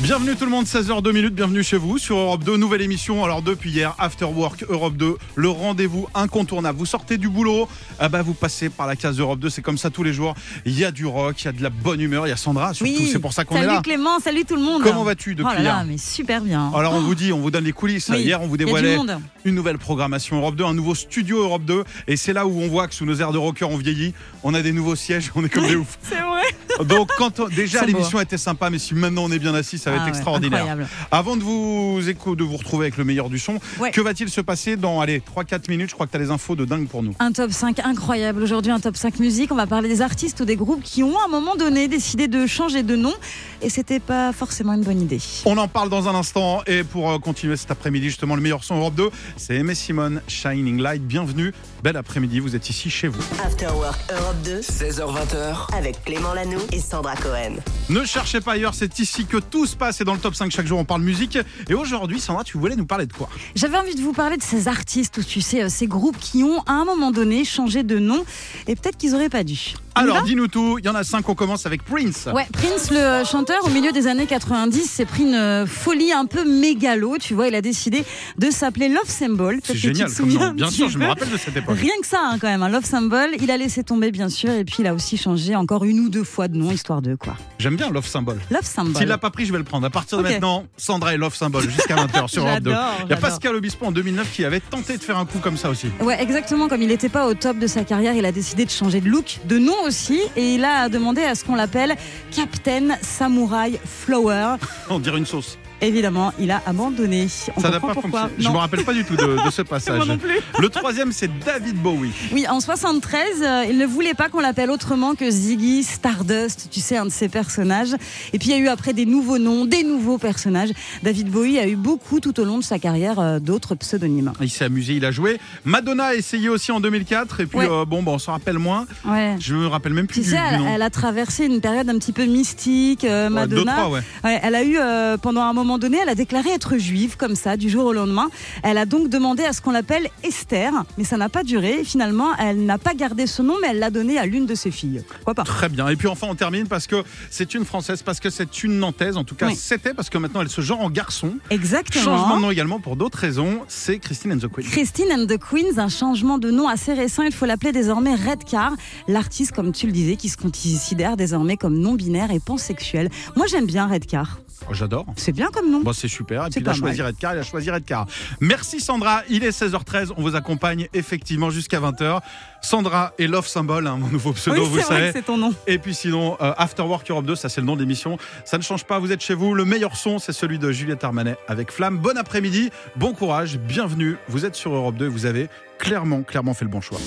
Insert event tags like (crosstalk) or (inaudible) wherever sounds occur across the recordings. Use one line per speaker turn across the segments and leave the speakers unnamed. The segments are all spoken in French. Bienvenue tout le monde, 16h02 minutes, bienvenue chez vous sur Europe 2, nouvelle émission. Alors depuis hier, After Work Europe 2, le rendez-vous incontournable. Vous sortez du boulot, ah bah vous passez par la case Europe 2, c'est comme ça tous les jours. Il y a du rock, il y a de la bonne humeur, il y a Sandra surtout, c'est pour ça qu'on
salut
est là.
Clément, salut tout le monde.
Comment vas-tu depuis
Oh là là,
hier Oh
mais super bien.
Alors on vous dit, on vous donne les coulisses.
Oui,
Hier, on vous
il y a du
dévoilait
monde.
une nouvelle programmation Europe 2, un nouveau studio Europe 2. Et c'est là où on voit que sous nos airs de rocker, on vieillit. On a des nouveaux sièges, (laughs) on est
(laughs)
comme des ouf.
C'est vrai.
Donc quand on-
Ils
déjà
sont beaux,
l'émission était sympa, mais si maintenant on est bien assis, ça va
Ah
être
ouais,
extraordinaire.
incroyable.
Avant de vous éco- de vous retrouver avec le meilleur du son,
Ouais.
que va-t-il se passer dans allez 3-4 minutes Je crois que tu as les infos de dingue pour nous.
Un top 5 incroyable. Aujourd'hui, un top 5 musique. On va parler des artistes ou des groupes qui ont à un moment donné décidé de changer de nom. Et c'était pas forcément une bonne idée.
On en parle dans un instant et pour euh, continuer cet après-midi justement le meilleur son Europe 2, c'est Aimé Simone Shining Light. Bienvenue, bel après-midi, vous êtes ici chez vous.
After Work Europe 2
16h20h.
avec Clément Lano et Sandra Cohen.
Ne cherchez pas ailleurs, c'est ici que tout se passe et dans le top 5 chaque jour on parle musique. Et aujourd'hui Sandra, tu voulais nous parler de quoi
J'avais envie de vous parler de ces artistes ou tu sais, euh, ces groupes qui ont à un moment donné changé de nom. Et peut-être qu'ils auraient pas dû. On y va
Alors dis-nous tout, il y en a 5, on commence avec Prince.
Ouais, Prince, le euh, chanteur, au milieu des années 90, s'est pris une euh, folie un peu mégalo, tu vois. Il a décidé de s'appeler Love Symbol. Peut-être
C'est
que tu
génial,
te
comme
souviens
nom.
un
bien
petit
sûr, je me
peu.
rappelle de cette époque.
Rien que ça, hein, quand même, un love symbol. Il a laissé tomber, bien sûr, et puis il a aussi changé encore une ou deux fois de nom, histoire de quoi.
J'aime bien Love Symbol.
Love
S'il l'a
symbol.
pas pris, je vais le prendre. À partir de
Ok.
maintenant, Sandra est Love Symbol jusqu'à 20h sur Europe 2. Il
J'adore,
y a
j'adore.
Pascal Obispo en 2009 qui avait tenté de faire un coup comme ça aussi.
Ouais, exactement. Comme il n'était pas au top de sa carrière, il a décidé de changer de look, de nom aussi, et il a demandé à ce qu'on l'appelle Captain Samurai Flower.
On dirait une sauce.
Évidemment, il a abandonné. On
ça n'a
comprend
pas
pourquoi.
fonctionné. Je
Non.
me rappelle pas du tout de, de
(laughs)
ce passage.
Moi non plus.
Le troisième, c'est David Bowie.
Oui, en 73, euh, il ne voulait pas qu'on l'appelle autrement que Ziggy Stardust, tu sais, un de ses personnages. Et puis il y a eu après des nouveaux noms, des nouveaux personnages. David Bowie a eu beaucoup tout au long de sa carrière euh, d'autres pseudonymes.
Il s'est amusé, il a joué. Madonna a essayé aussi en 2004. Et puis,
Ouais.
euh, bon, bah, on s'en rappelle moins.
Ouais.
Je me rappelle même plus
Tu
du,
sais,
du
elle,
nom.
elle a traversé une période un petit peu mystique, euh,
Ouais, deux,
Madonna.
trois, ouais.
Ouais, elle a eu, euh, pendant un moment donné, elle a déclaré être juive, comme ça, du jour au lendemain. Elle a donc demandé à ce qu'on l'appelle Esther, mais ça n'a pas duré. Finalement, elle n'a pas gardé ce nom, mais elle l'a donné à l'une de ses filles. Pourquoi pas
Très bien. Et puis enfin, on termine parce que c'est une française, parce que c'est une nantaise. En tout cas,
Oui.
c'était parce que maintenant elle se genre en garçon.
Exactement.
Changement de nom également pour d'autres raisons. C'est Christine and the Queen.
Christine and the Queens, un changement de nom assez récent, il faut l'appeler désormais Redcar, l'artiste, comme tu le disais, qui se considère désormais comme non-binaire et pansexuel. Moi j'aime bien Redcar,
Oh, J'adore.
c'est bien comme nom.
Bon, c'est super. Et
C'est
puis, il a
pas
choisi Redcar, il a choisi Redcar. Merci Sandra. Il est 16h13. On vous accompagne effectivement jusqu'à 20h. Sandra est Love Symbol, hein, mon nouveau
oui,
pseudo, vous
c'est vrai
savez.
que c'est ton nom.
Et puis sinon, euh, After Work Europe 2, ça c'est le nom de l'émission. Ça ne change pas, vous êtes chez vous. Le meilleur son, c'est celui de Juliette Armanet avec Flamme. Bon après-midi, bon courage, bienvenue. Vous êtes sur Europe 2 vous avez clairement, clairement fait le bon choix.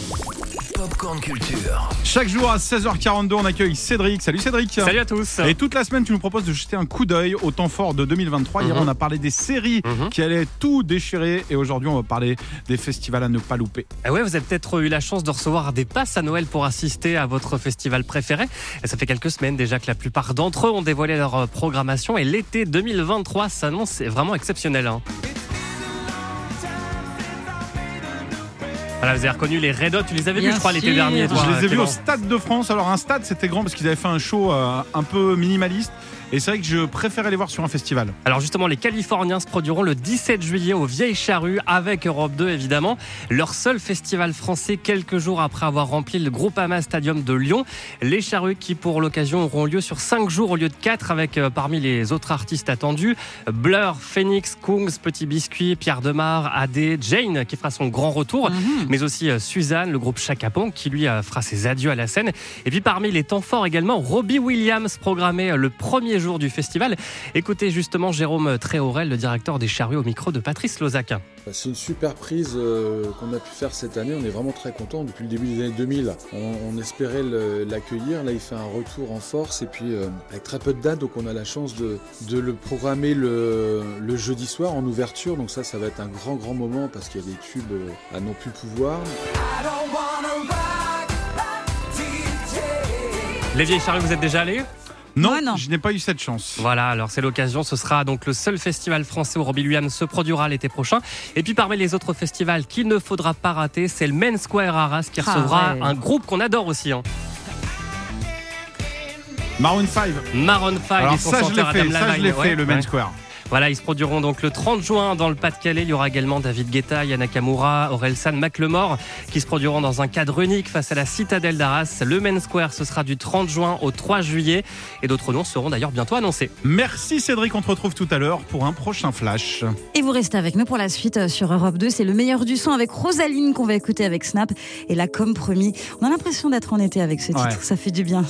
Popcorn Culture.
Chaque jour à 16h42, on accueille Cédric. Salut Cédric.
Salut à tous.
Et toute la semaine, tu nous proposes de jeter un coup d'œil au temps fort de 2023.
Mhm.
Hier, on a parlé des séries qui allaient tout déchirer. Et aujourd'hui, on va parler des festivals à ne pas louper.
Ah ouais, vous avez peut-être eu la chance de recevoir des passes à Noël pour assister à votre festival préféré. Et ça fait quelques semaines déjà que la plupart d'entre eux ont dévoilé leur euh, programmation et l'été 2023 s'annonce vraiment exceptionnel. hein. Voilà, vous avez reconnu les Red Hot, tu les avais
Bien
vus, je crois, l'été
sûr.
dernier. toi,
Je les ai vus
Clément.
au Stade de France. Alors, un stade, c'était grand parce qu'ils avaient fait un show euh, un peu minimaliste. Et c'est vrai que je préférais les voir sur un festival.
Alors justement, les Californiens se produiront le 17 juillet aux Vieilles Charrues avec Europe 2 évidemment, leur seul festival français quelques jours après avoir rempli le Groupama Stadium de Lyon. Les Charrues qui pour l'occasion auront lieu sur 5 jours au lieu de 4 avec euh, parmi les autres artistes attendus Blur, Phoenix, Kungs, Petit Biscuit, Pierre Demar, Adé, Jane qui fera son grand retour mais aussi euh, Suzanne, le groupe Chacapon qui lui euh, fera ses adieux à la scène. Et puis parmi les temps forts également, Robbie Williams programmé euh, le premier jour du festival. Écoutez justement Jérôme Tréorel, le directeur des charrues au micro de Patrice Lozac.
Bah, C'est une super prise euh, qu'on a pu faire cette année. On est vraiment très content. Depuis le début des années 2000, on, on espérait le- l'accueillir. Là, il fait un retour en force et puis euh, avec très peu de dates. Donc, on a la chance de, de le programmer le, le jeudi soir en ouverture. Donc, ça, ça va être un grand, grand moment parce qu'il y a des tubes euh, à non plus pouvoir.
Les vieilles charrues, vous êtes déjà allés
Non,
Moi, non.
je n'ai pas eu cette chance.
Voilà, alors c'est l'occasion. Ce sera donc le seul festival français où Robbie Williams se produira l'été prochain. Et puis parmi les autres festivals qu'il ne faudra pas rater, c'est le Main Square Arras qui
Ah
recevra
ouais.
un groupe qu'on adore aussi. hein.
Maroon 5.
Ah, Maroon 5
Alors
et son
ça je l'ai
chanteur
fait,
Adam
ça je
Levine.
l'ai fait
Ouais,
le
ouais.
Main Square.
Voilà, ils se produiront donc le 30 juin dans le Pas-de-Calais. Il y aura également David Guetta, Yana Kamura, Orelsan, Macklemore qui se produiront dans un cadre unique face à la citadelle d'Arras. Le Main Square, ce sera du 30 juin au 3 juillet. Et d'autres noms seront d'ailleurs bientôt annoncés.
Merci Cédric, on te retrouve tout à l'heure pour un prochain flash.
Et vous restez avec nous pour la suite euh, sur Europe 2. C'est le meilleur du son avec Rosaline qu'on va écouter avec Snap. Et là, comme promis, on a l'impression d'être en été avec ce titre.
Ouais.
Ça fait du bien.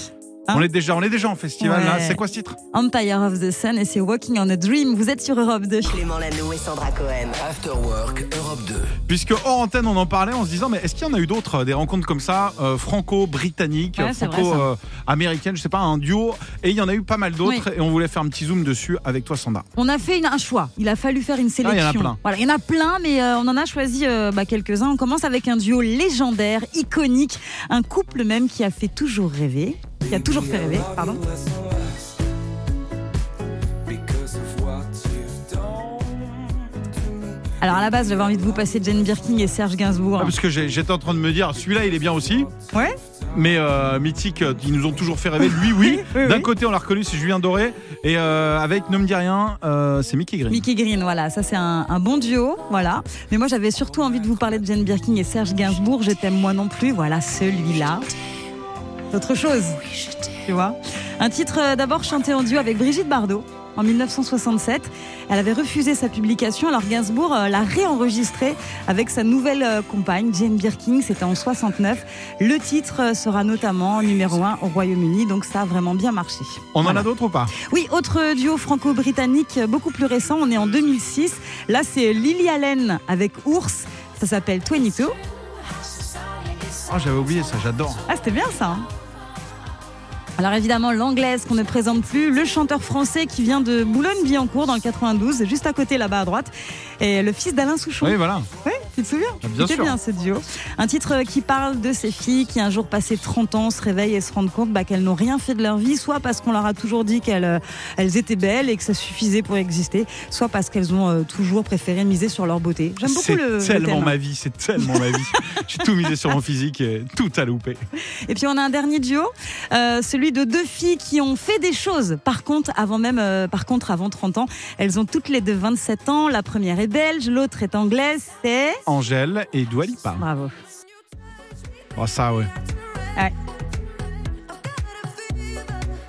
Hein
on est déjà on est déjà en festival
Ouais.
là, c'est quoi ce titre
Empire of the Sun et c'est Walking on a Dream. Vous êtes sur Europe 2.
Clément Lanou et Sandra Cohen.
After Work Europe 2.
Puisque hors antenne, on en parlait en se disant, mais est-ce qu'il y en a eu d'autres, euh, des rencontres comme ça, euh, franco-britanniques,
Ouais, c'est vrai, ça.
franco-américaines, je sais pas, un duo, et il y en a eu pas mal d'autres, et on voulait faire un petit zoom dessus avec toi, Sandra.
On a fait une- un choix. Il a fallu faire une
Ah, en a
sélection.
plein.
Voilà, il y en a plein, mais euh, on en a choisi euh, bah, quelques-uns. On commence avec un duo légendaire, iconique, un couple même qui a fait toujours rêver, qui a toujours fait rêver. Pardon. Alors à la base, j'avais envie de vous passer Jane Birkin et Serge Gainsbourg.
Ah, parce que j'ai- j'étais en train de me dire, celui-là, il est bien aussi,
Ouais.
mais euh, Mythique, euh, ils nous ont toujours fait rêver, lui, oui.
(laughs) Oui,
D'un
oui.
côté, on l'a reconnu, c'est Julien Doré, et euh, avec Ne me dis rien, euh, c'est Mickey Green.
Mickey Green, voilà, ça c'est un, un bon duo, voilà. Mais moi j'avais surtout envie de vous parler de Jane Birkin et Serge Gainsbourg, je t'aime moi non plus, voilà celui-là. C'est autre chose, tu vois. Un titre euh, d'abord chanté en duo avec Brigitte Bardot. En 1967, elle avait refusé sa publication, alors Gainsbourg euh, l'a réenregistré avec sa nouvelle euh, compagne, Jane Birkin, c'était en 69. Le titre euh, sera notamment numéro 1 au Royaume-Uni, donc ça a vraiment bien marché.
On en
Voilà.
a d'autres ou pas
Oui, autre duo franco-britannique euh, beaucoup plus récent, on est en 2006. Là, c'est Lily Allen avec Ours. Ça s'appelle 22.
Ah, j'avais oublié ça, j'adore.
Ah, c'était bien ça. hein Alors évidemment, l'anglaise qu'on ne présente plus, le chanteur français qui vient de Boulogne-Billancourt dans le 92, juste à côté là-bas à droite, et le fils d'Alain Souchon.
Oui, voilà.
Ouais, tu te souviens
Ah, bien
C'était
sûr.
bien ce duo. Un titre qui parle de ces filles qui un jour passé 30 ans se réveillent et se rendent compte bah, qu'elles n'ont rien fait de leur vie, soit parce qu'on leur a toujours dit qu'elles euh, elles étaient belles et que ça suffisait pour exister, soit parce qu'elles ont euh, toujours préféré miser sur leur beauté. J'aime beaucoup
C'est
le, le
tellement
thème.
ma vie, c'est tellement ma vie.
(laughs)
J'ai tout misé sur mon physique, et tout a loupé.
Et puis on a un dernier duo, euh, celui de deux filles qui ont fait des choses. Par contre, avant même, euh, par contre, avant 30 ans, elles ont toutes les deux 27 ans. La première est belge, l'autre est anglaise. C'est
Angèle et Dua Lipa.
bravo.
Oh, ça, ouais.
Ouais.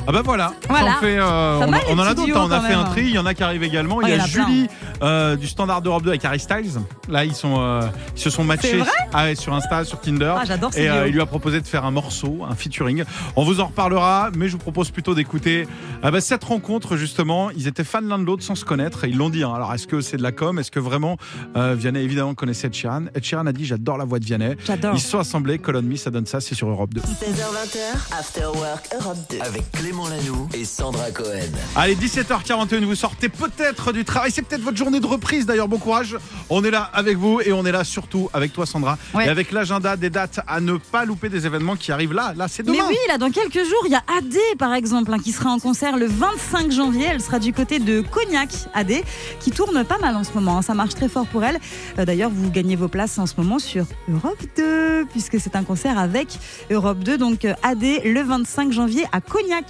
Ah bah voilà,
Voilà.
Ça en fait, euh,
Pas
on,
mal,
on en
les
a d'autres,
petits duos,
hein. on a
quand
fait
même,
un
hein.
tri, il y en a qui arrivent également,
Oh,
il y a,
il y en a plein,
Julie euh, du Standard Europe 2 avec Harry Styles, là ils, sont, euh, ils se sont matchés
vrai
Ah ouais, sur Insta, sur Tinder,
Ah, j'adore ces
et euh,
duos.
il lui a proposé de faire un morceau, un featuring, on vous en reparlera, mais je vous propose plutôt d'écouter ah bah, cette rencontre justement, ils étaient fans l'un de l'autre sans se connaître, et ils l'ont dit, hein. alors est-ce que c'est de la com, est-ce que vraiment euh, Vianney évidemment connaissait Ed Sheeran, Ed Sheeran a dit j'adore la voix de Vianney,
J'adore.
ils se sont assemblés, Colonne Me, ça donne ça, c'est sur Europe 2.
16h20, After Work Europe 2.
Avec Clément Lanoux et Sandra Cohen.
Allez, 17h41, vous sortez peut-être du travail. C'est peut-être votre journée de reprise d'ailleurs. Bon courage. On est là avec vous et on est là surtout avec toi, Sandra.
Ouais.
Et avec l'agenda des dates à ne pas louper des événements qui arrivent là. Là, c'est demain.
Mais oui, là, dans quelques jours, il y a AD, par exemple, hein, qui sera en concert le 25 janvier. Elle sera du côté de Cognac, AD, qui tourne pas mal en ce moment. hein. Ça marche très fort pour elle. Euh, D'ailleurs, vous gagnez vos places en ce moment sur Europe 2, puisque c'est un concert avec Europe 2. Donc, euh, AD, le 25 janvier à Cognac.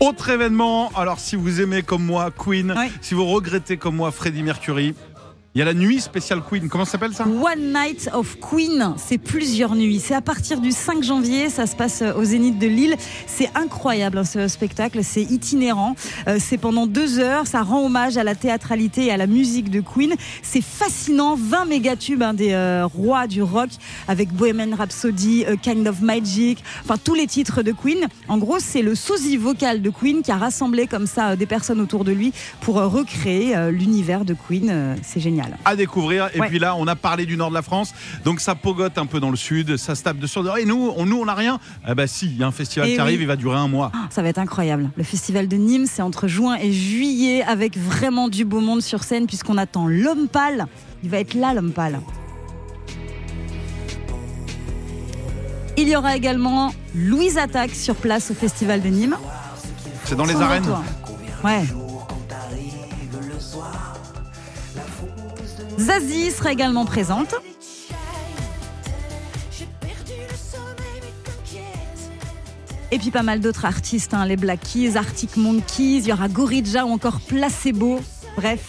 Autre événement. Alors, si vous aimez comme moi Queen,
Ouais.
si vous regrettez comme moi Freddie Mercury, il y a la nuit spéciale Queen. Comment ça s'appelle ça
One Night of Queen, c'est plusieurs nuits. C'est à partir du 5 janvier, ça se passe euh, au Zénith de Lille. C'est incroyable hein, ce spectacle, c'est itinérant. Euh, c'est pendant deux heures, ça rend hommage à la théâtralité et à la musique de Queen. C'est fascinant, 20 méga tubes des euh, rois du rock avec Bohemian Rhapsody, euh, Kind of Magic, enfin tous les titres de Queen. En gros, c'est le sosie vocal de Queen qui a rassemblé comme ça euh, des personnes autour de lui pour euh, recréer euh, l'univers de Queen. Euh, c'est génial.
à découvrir. Et
Ouais.
puis là, on a parlé du nord de la France, donc ça pogote un peu dans le sud, ça se tape de sur. Et nous, on nous, on n'a rien. Ah bah si, il y a un festival
Et
qui
Eh oui. Ah,
arrive, il va durer un mois.
Ça va être incroyable. Le festival de Nîmes, c'est entre juin et juillet avec vraiment du beau monde sur scène puisqu'on attend l'homme pâle. Il va être là, l'homme pâle. Il y aura également Louise Attaque sur place au festival de Nîmes.
Ça, c'est dans les
Sans
arènes.
toi. Ouais. Zazie sera également présente. Et puis pas mal d'autres artistes, hein, les Black Keys, Arctic Monkeys, il y aura Gorilla ou encore Placebo. Bref,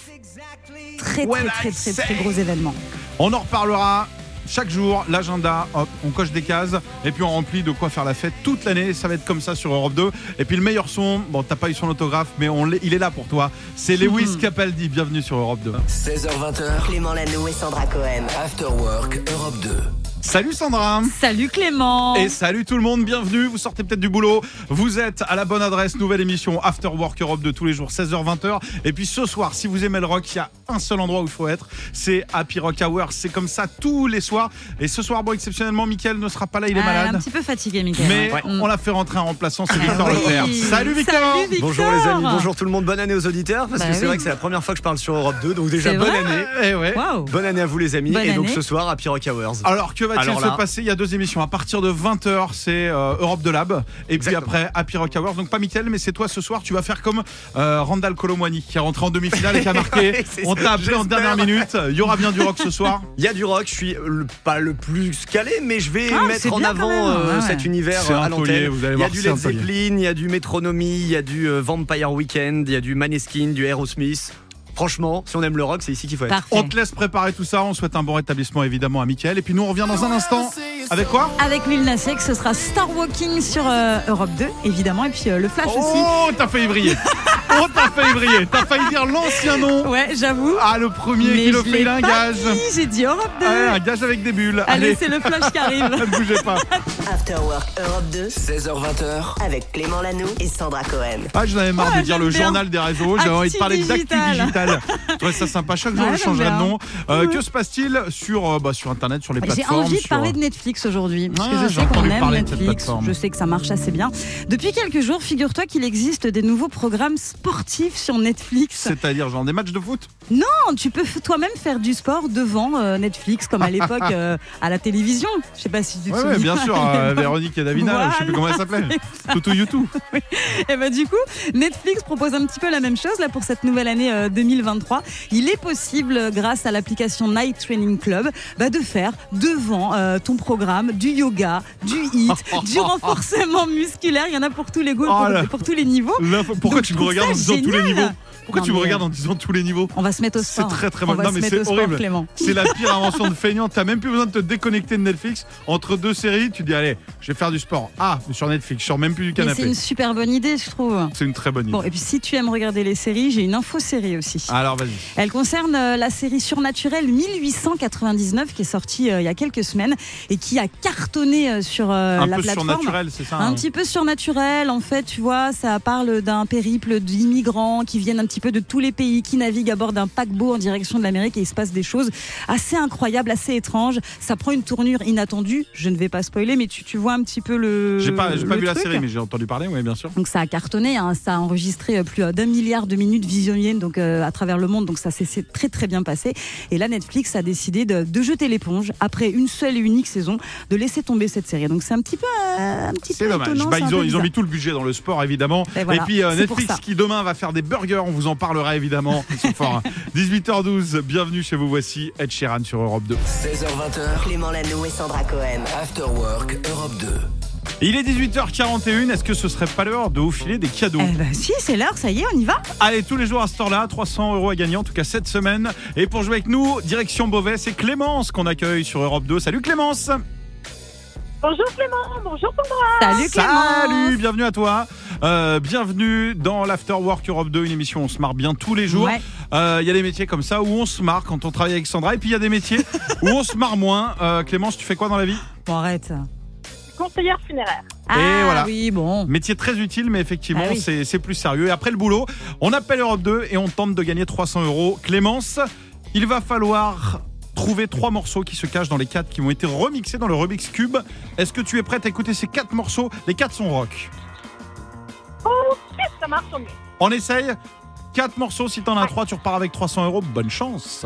très
When I
très très très,
say-
très gros événement.
On en reparlera chaque jour, l'agenda, hop, on coche des cases et puis on remplit de quoi faire la fête toute l'année. Ça va être comme ça sur Europe 2. Et puis le meilleur son, bon, t'as pas eu son autographe, mais on l'est- il est là pour toi. C'est
Hmm.
Lewis Capaldi. Bienvenue sur Europe 2.
16h20h,
Clément Lano et Sandra Cohen.
After Work Europe 2.
Salut Sandra!
Salut Clément
Et salut tout le monde, bienvenue, vous sortez peut-être du boulot, vous êtes à la bonne adresse, nouvelle émission After Work Europe de tous les jours 16h-20h et puis ce soir si vous aimez le rock, il y a un seul endroit où il faut être, c'est Happy Rock Hour, c'est comme ça tous les soirs et ce soir bon exceptionnellement Mickaël ne sera pas là, il est
Ah,
malade.
Un petit peu fatigué, Michael.
Mais
Mm.
on l'a fait rentrer en remplaçant, c'est
Ah
Victor
oui.
Leclerc. Salut Victor
Salut, Victor
Bonjour les amis, bonjour tout le monde, bonne année aux auditeurs parce
Bah
que c'est
oui.
vrai que c'est la première fois que je parle sur Europe 2 donc déjà
C'est
bonne
vrai
année.
Eh ouais.
Waouh.
Bonne année à vous les amis
Bonne
et donc
année.
ce soir à Rock Hours.
Alors que va-t-il
Alors
se
là-
passer Il y a deux émissions. À partir de 20h, c'est euh, Europe de Lab. Et
Exactement.
puis après, Happy Rock Hours. Donc pas Mickaël, mais c'est toi ce soir. Tu vas faire comme euh, Randall Colomwani qui est rentré en demi-finale et qui a marqué.
Ouais, c'est
On
ça,
t'a appelé en
j'espère.
dernière minute. Il y aura bien du rock ce soir.
Il y a du rock, je suis le- pas le plus calé mais je vais
Ah, c'est
mettre en
bien
avant
quand même,
euh,
ouais.
cet univers
C'est
euh,
un
à
taulier,
l'antenne.
vous allez
Il y a
voir,
du
c'est un
Led
taulier.
Zeppelin, il y a du Metronomy, il y a du euh, Vampire Weekend, il y a du Maneskin, du Aerosmith. Franchement, si on aime le rock, c'est ici qu'il faut être.
Parfait.
On te laisse préparer tout ça. On souhaite un bon rétablissement évidemment à Mickaël. Et puis nous, on revient dans un instant. Avec quoi
Avec Lil Nas X, ce sera Star Walking sur euh, Europe 2, évidemment, et puis euh, le Flash aussi.
Oh, t'as failli briller. (laughs) Oh, t'as failli briller. T'as failli dire l'ancien nom.
Ouais, j'avoue.
Ah, le premier
Mais
qui le
je
fait,
l'ai
il a un
pas
gage.
dit, J'ai dit Europe 2.
Ah, un gage avec des bulles.
Allez,
Allez,
c'est le Flash qui
(laughs)
arrive.
ne bougez pas.
After Work Europe 2
16h20h,
avec Clément Lano et Sandra Cohen.
Ah, j'en avais marre
Ah,
de dire le
j'aime bien.
journal des réseaux, j'avais envie de
Actu
parler d'actu
digital.
digital. Je trouvais ça sympa, chaque jour
Ouais,
je changerai de
j'aime
nom. Euh,
Oui.
Que se passe-t-il sur, euh, bah, sur Internet, sur les
Ah, J'ai
plateformes
envie de
sur-
parler de Netflix aujourd'hui, parce que
Ah,
je
j'ai
sais qu'on
entendu
aime
parler de cette
Netflix,
plateforme.
je sais que ça marche assez bien. Depuis quelques jours, figure-toi qu'il existe des nouveaux programmes sportifs sur Netflix.
C'est-à-dire genre des matchs de foot
Non, tu peux f- toi-même faire du sport devant euh, Netflix, comme
(laughs)
à l'époque euh, à la télévision. Je sais pas si tu te
Oui,
souviens.
bien sûr,
(laughs)
euh, Véronique et Davina,
Voilà.
je sais plus comment elle s'appelait. Toutou Youtou.
Et bah du coup, Netflix propose un petit peu la même chose là pour cette nouvelle année euh, 2023. Il est possible, euh, grâce à l'application Night Training Club, bah, de faire devant euh, ton programme du yoga, du
(laughs)
hit, du renforcement musculaire. Il y en a pour tous les goûts, et
Oh là.
pour, pour tous les niveaux.
Là, faut- pourquoi
Donc,
tu
je
me
trouve
regardes en
ça
disant tous les
génial.
niveaux Pourquoi
Non,
tu me
mais-
regardes en disant tous les niveaux
On va se mettre au
C'est
sport. hein.
très, très
On
mal.
va
Non,
se
mais
mettre
c'est
au sport,
horrible.
Clément.
C'est la pire invention de feignant. T'as même plus besoin de te déconnecter de Netflix. Entre deux séries, tu dis allez, je vais faire du sport. Ah, sur Netflix, je sors même plus du
Mais C'est
canapé.
une super bonne idée, je trouve.
C'est une très bonne idée.
Bon, et puis si tu aimes regarder les séries, j'ai une info série aussi.
Alors vas-y.
Elle concerne euh, la série surnaturelle 1899 qui est sortie euh, il y a quelques semaines et qui a cartonné euh, sur euh,
un
la
peu
plateforme.
surnaturel, c'est ça
Un
hein
petit peu surnaturel, en fait, tu vois, ça parle d'un périple d'immigrants qui viennent un petit peu de tous les pays, qui naviguent à bord d'un paquebot en direction de l'Amérique et il se passe des choses assez incroyables, assez étranges. Ça prend une tournure inattendue, je ne vais pas spoiler, mais tu, tu vois un petit peu le.
J'ai pas, j'ai pas
le
vu la
truc.
série, mais j'ai entendu parler, oui, bien sûr.
Donc ça a cartonné, hein, ça a enregistré euh, plus euh, d'un milliard de minutes visionnées donc euh, à travers le monde, donc ça s'est- s'est très très bien passé. Et là Netflix a décidé de, de jeter l'éponge après une seule et unique saison, de laisser tomber cette série. Donc c'est un petit peu euh, un petit
C'est
peu
dommage.
étonnant,
Bah,
c'est un
ils,
peu
ont, ils ont
bizarre.
mis tout le budget dans le sport, évidemment.
Et voilà,
Et puis euh,
c'est pour
Netflix
ça.
qui demain va faire des burgers, on vous en parlera évidemment. Ils sont forts. hein.
(laughs)
18h12, bienvenue chez vous, voici Ed Sheeran sur Europe 2.
16h20h,
Clément Lano et Sandra Cohen.
After Work Europe 2.
Il est 18h41, est-ce que ce serait pas l'heure de vous filer des cadeaux
Eh ben si, c'est l'heure, ça y est, on y va.
Allez, tous les jours à ce temps-là, 300 euros à gagner, en tout cas cette semaine. Et pour jouer avec nous, direction Beauvais, c'est Clémence qu'on accueille sur Europe 2. Salut Clémence
Bonjour Clément, bonjour Sandra.
Salut Clément.
Salut, bienvenue à toi. Euh, bienvenue dans l'After Work Europe 2, une émission où on se marre bien tous les jours. Euh,
Ouais.
Il y a des métiers comme ça où on se marre quand on travaille avec Sandra, et puis il y a des
(laughs)
métiers où on se marre moins. Euh, Clémence, tu fais quoi dans la vie
Bon arrête.
Conseillère funéraire.
Ah
voilà.
oui, bon.
Métier très utile, mais effectivement,
Ah oui.
c'est c'est plus sérieux. Et après le boulot, on appelle Europe 2 et on tente de gagner 300 euros. Clémence, il va falloir trouver trois morceaux qui se cachent dans les quatre qui ont été remixés dans le Rubik's Cube. Est-ce que tu es prête à écouter ces quatre morceaux Les quatre sont rock.
Ça marche au mieux.
On essaye Quatre morceaux, si t'en as trois, tu repars avec 300 euros. Bonne chance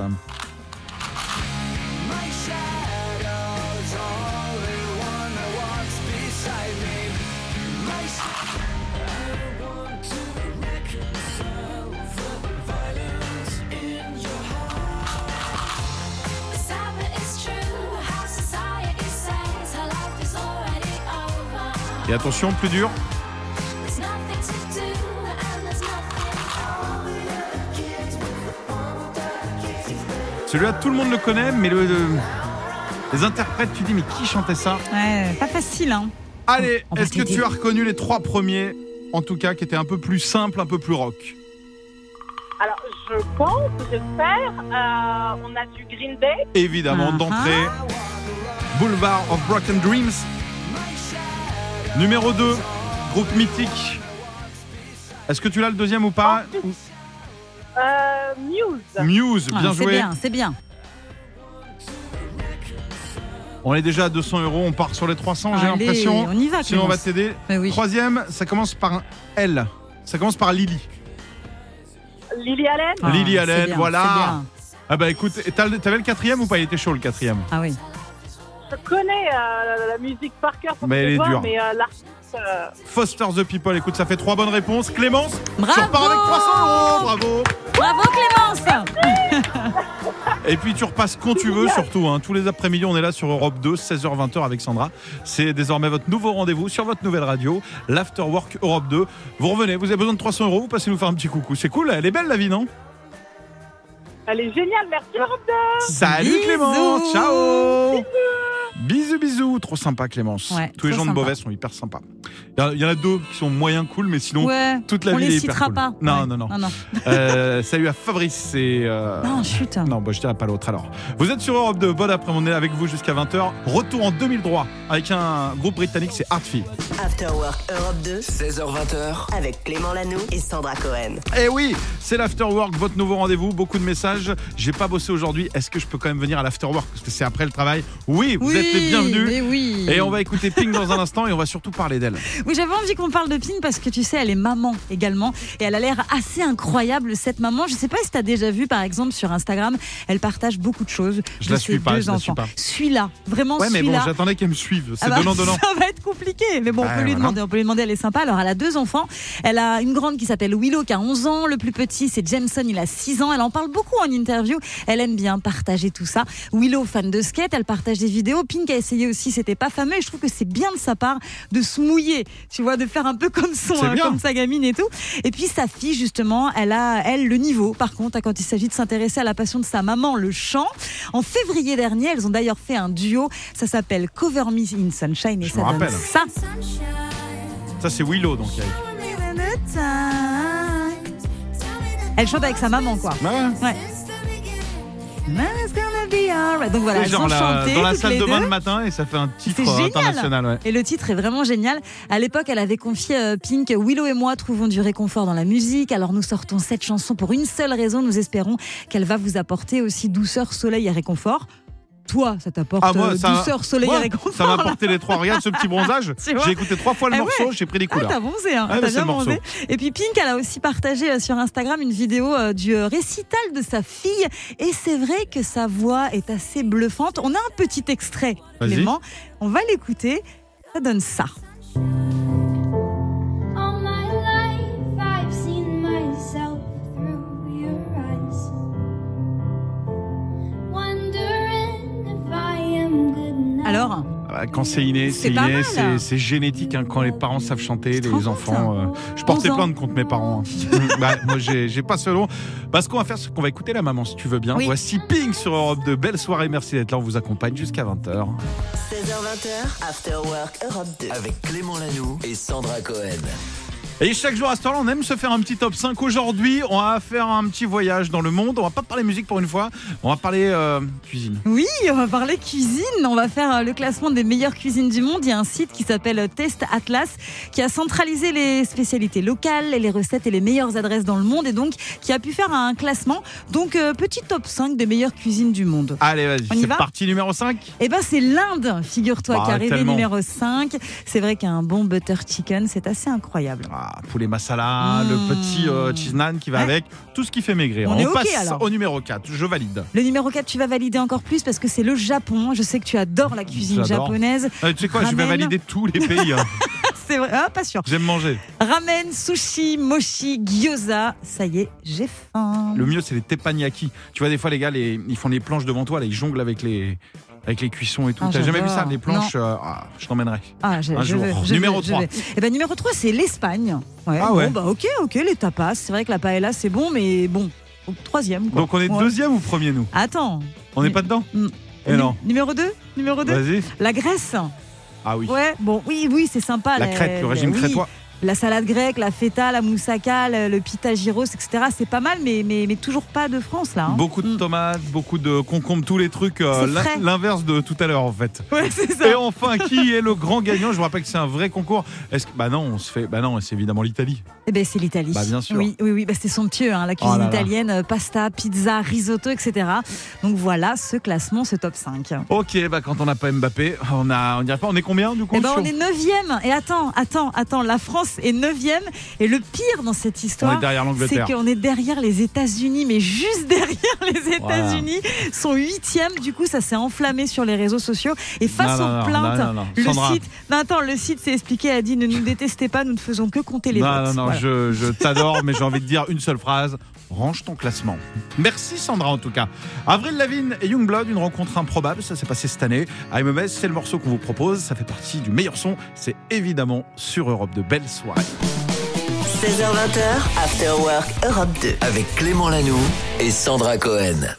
Et attention, plus dur. Celui-là, tout le monde le connaît, mais le, le- les interprètes, tu dis, mais qui chantait ça
Ouais, pas facile, hein.
Allez,
On va
est-ce que
t'aider.
tu as reconnu les trois premiers, en tout cas, qui étaient un peu plus simples, un peu plus rock
Alors, je pense, j'espère, euh, on a du Green Bay.
Évidemment,
Ah,
d'entrée, Boulevard of Broken Dreams. Numéro 2, groupe mythique. Est-ce que tu l'as le deuxième ou pas
Euh, Muse.
Muse,
Ah,
bien
c'est
joué.
bien, c'est bien.
On est déjà à 200 euros, on part sur les 300, j'ai
Allez,
l'impression.
On y va,
Sinon, on va
Clémence.
t'aider.
Mais oui.
Troisième, ça commence par un L. Ça commence par Lily.
Lily Allen.
Ah,
Lily
c'est
Allen,
bien,
voilà.
c'est bien.
Ah bah écoute, et t'as le- t'avais le quatrième ou pas Il était chaud le quatrième.
Ah oui.
Je connais euh, la musique par cœur. pour
Mais elle
le
est
voir,
dure.
Mais euh, l'artiste, euh,
Foster the People, écoute, ça fait trois bonnes réponses. Clémence, tu
Bravo
repars avec 300 euros, bravo
Bravo Clémence
Et puis tu repasses quand tu veux, surtout. hein. Tous les après-midi, on est là sur Europe 2, 16h-20h avec Sandra. C'est désormais votre nouveau rendez-vous sur votre nouvelle radio, l'Afterwork Europe 2. Vous revenez, vous avez besoin de 300 euros, vous passez nous faire un petit coucou. C'est cool, elle est belle la vie, non
elle est géniale. Merci, Europe 2.
Salut
Bisous.
Clémence, ciao Bisous bisous, trop sympa Clémence.
Ouais,
Tous les
trop
gens
sympa.
de Beauvais sont hyper sympas. Il y en a- il y, en a deux qui sont moyen cool, mais sinon
Ouais.
toute la
on
ville
les
est hyper
citera
cool.
pas.
Non,
Ouais.
non, non.
Non, non.
Euh, salut à Fabrice et. euh,
Non, chut.
Non, bah, je dirais pas l'autre alors. Vous êtes sur Europe 2, bon après, on est avec vous jusqu'à 20h. Retour en 2003 avec un groupe britannique, c'est Artfee.
After Work Europe 2
16h20h,
avec Clément Lanoux et Sandra Cohen.
Eh oui, c'est l'Afterwork, votre nouveau rendez-vous. Beaucoup de messages. J'ai pas bossé aujourd'hui. Est-ce que je peux quand même venir à l'Afterwork Parce que c'est après le travail. Oui, vous
oui,
êtes les bienvenus.
mais oui.
Et on va écouter Pink dans un instant et on va surtout parler d'elle.
Oui, j'avais envie qu'on parle de Pine parce que tu sais, elle est maman également et elle a l'air assez incroyable cette maman. Je sais pas si tu as déjà vu par exemple sur Instagram, elle partage beaucoup de choses
Je
de
la
ses
suis pas,
deux
je la suis
enfants.
pas.
Suis-la, vraiment
Ouais, mais bon,
suis-la.
j'attendais qu'elle me suive. C'est
Ah bah,
donnant donnant.
(laughs) Ça va être compliqué, mais bon, on
Ouais,
peut lui
voilà.
demander, on peut lui demander, elle est sympa. Alors, elle a deux enfants. Elle a une grande qui s'appelle Willow, qui a 11 ans. Le plus petit, c'est Jameson, il a 6 ans. Elle en parle beaucoup en interview. Elle aime bien partager tout ça. Willow, fan de skate, elle partage des vidéos. Pink a essayé aussi, c'était pas fameux. Et je trouve que c'est bien de sa part de se mouiller, tu vois, de faire un peu comme son,
C'est
hein,
bien.
comme sa gamine et tout. Et puis, sa fille, justement, elle a, elle, le niveau, par contre, hein, quand il s'agit de s'intéresser à la passion de sa maman, le chant. En février dernier, elles ont d'ailleurs fait un duo. Ça s'appelle Cover Me in Sunshine et
Je
ça
me
donne
rappelle.
ça.
Ça, c'est Willow, donc. elle.
Elle chante avec sa maman, quoi.
Ouais.
Ouais. It's gonna be alright. Donc voilà,
Et
elles
genre
ont
la-
chanté
dans la
toutes
salle
les
de bain
deux.
le matin et ça fait un titre
C'est
euh,
génial.
international. Ouais.
Et le titre est vraiment génial. À l'époque, elle avait confié euh, Pink Willow et moi trouvons du réconfort dans la musique. Alors nous sortons cette chanson pour une seule raison. Nous espérons qu'elle va vous apporter aussi douceur, soleil et réconfort. Toi, ça t'apporte
Ah, moi,
euh,
ça-
douceur, soleil
Moi,
et réconfort.
ça m'a
là.
apporté les trois. Regarde ce petit bronzage.
(laughs) Tu vois
J'ai écouté trois fois le
Eh
morceau,
ouais.
j'ai pris des
Ah,
couleurs.
t'as bronzé, hein.
Ah,
t'as
mais c'est
bien
le morceau.
bronzé. Et puis Pink, elle a aussi partagé euh, sur Instagram une vidéo euh, du euh, récital de sa fille. Et c'est vrai que sa voix est assez bluffante. On a un petit extrait,
Vas-y.
Clément. On va l'écouter. Ça donne ça.
All my life I've seen myself through your eyes. Wondering if I am good enough.
Alors,
Ah, Quand c'est inné,
C'est
c'est
pas
inné,
mal.
c'est c'est génétique. hein, quand les parents savent chanter,
te rends compte,
les enfants.
hein
euh, je portais
11 ans.
plainte contre mes parents. hein.
(laughs)
Mm, bah, moi, j'ai j'ai pas ce long. Bah, ce qu'on va faire, c'est qu'on va écouter la maman, si tu veux bien.
Oui.
Voici Pink sur Europe 2. Belle soirée, merci d'être là. On vous accompagne jusqu'à 20h.
16h20, After Work Europe 2.
avec Clément Lanoux et Sandra Cohen.
Et chaque jour à ce temps-là, on aime se faire un petit top 5. Aujourd'hui, on va faire un petit voyage dans le monde. On va pas parler musique pour une fois. On va parler euh, cuisine.
oui, on va parler cuisine. On va faire euh, le classement des meilleures cuisines du monde. Il y a un site qui s'appelle euh, Test Atlas qui a centralisé les spécialités locales, les recettes et les meilleures adresses dans le monde et donc qui a pu faire un classement. Donc, euh, petit top 5 des meilleures cuisines du monde.
Allez, vas-y,
On y
c'est
va
parti numéro 5.
Eh ben c'est l'Inde, figure-toi,
Bah,
qui est arrivée
tellement.
numéro 5. C'est vrai qu'un bon butter chicken, c'est assez incroyable.
Ah, poulet masala,
Mmh.
le petit euh, cheese naan qui va
Ouais.
avec, tout ce qui fait maigrir.
On est ok,
passe
alors.
au numéro 4, je valide.
Le numéro 4, tu vas valider encore plus parce que c'est le Japon. Je sais que tu adores la cuisine
J'adore.
japonaise.
Euh, tu sais quoi, je vais
Ramen.
valider tous les pays. hein. (laughs)
C'est vrai, ah, pas sûr.
J'aime manger.
Ramen, sushi, mochi, gyoza. Ça y est, j'ai faim.
Le mieux, c'est les teppanyaki. Tu vois, des fois, les gars, les- ils font les planches devant toi, là, ils jonglent avec les. avec les cuissons et tout.
Ah,
T'as jamais vu ça
j'adore.
Les planches, euh, ah, je t'emmènerai.
Ah, je,
Un
je
jour.
veux, je
Numéro
veux, je
trois.
veux. Eh ben, numéro 3, c'est l'Espagne. Ouais,
Ah ouais.
Bon, bah, ok, ok, les tapas. C'est vrai que la paella, c'est bon, mais bon. Donc, troisième, quoi.
Donc on est
Ouais.
deuxième ou premier, nous
Attends.
On n'est pas dedans
Mm.
Eh non.
Nu- Numéro 2 Numéro 2
Vas-y.
La Grèce.
Ah oui.
Ouais, bon, oui, oui, c'est sympa.
La
les-
crête, le
les-
régime
oui.
crétois.
La salade grecque, la feta, la moussaka, le, le pita gyros, etc. C'est pas mal, mais, mais, mais toujours pas de France, là. hein.
Beaucoup de
Mm.
tomates, beaucoup de concombres, tous les trucs, euh,
C'est
l'in-
frais.
l'inverse de tout à l'heure en fait.
Ouais, c'est ça.
Et enfin, qui est le grand gagnant Je vous rappelle que c'est un vrai concours. Est-ce que bah non, on se fait bah non, c'est évidemment l'Italie.
Eh ben, c'est l'Italie.
Bah, bien sûr.
Oui, oui, oui. Bah, c'est somptueux, hein, la cuisine
Oh là là.
italienne, euh, pasta, pizza, risotto, etc. Donc voilà ce classement, ce top 5.
Ok, bah quand on n'a pas Mbappé, on a on dirait pas. On est combien du coup
Eh ben,
sur-
on est 9 Et attends, attends, attends. La France est 9 Et le pire dans cette
On
histoire.
est derrière
C'est
l'Angleterre.
qu'on est derrière les États-Unis, mais juste derrière les
Voilà.
États-Unis, sont huitièmes. Du coup, ça s'est enflammé sur les réseaux sociaux. Et face
Non,
aux
non, non,
plaintes,
non, non, non.
le
Sandra.
site. Non, attends, le site s'est expliqué, a dit ne nous détestez pas, nous ne faisons que compter les
non,
votes.
non, non,
Voilà.
je, je t'adore, mais j'ai envie de dire une seule phrase. Range ton classement. Merci Sandra en tout cas. Avril Lavigne et Youngblood, une rencontre improbable, ça s'est passé cette année. AMMS, c'est le morceau qu'on vous propose, ça fait partie du meilleur son, c'est évidemment sur Europe de belles soirées.
16h20, After Work Europe 2.
Avec Clément Lanoux et Sandra Cohen.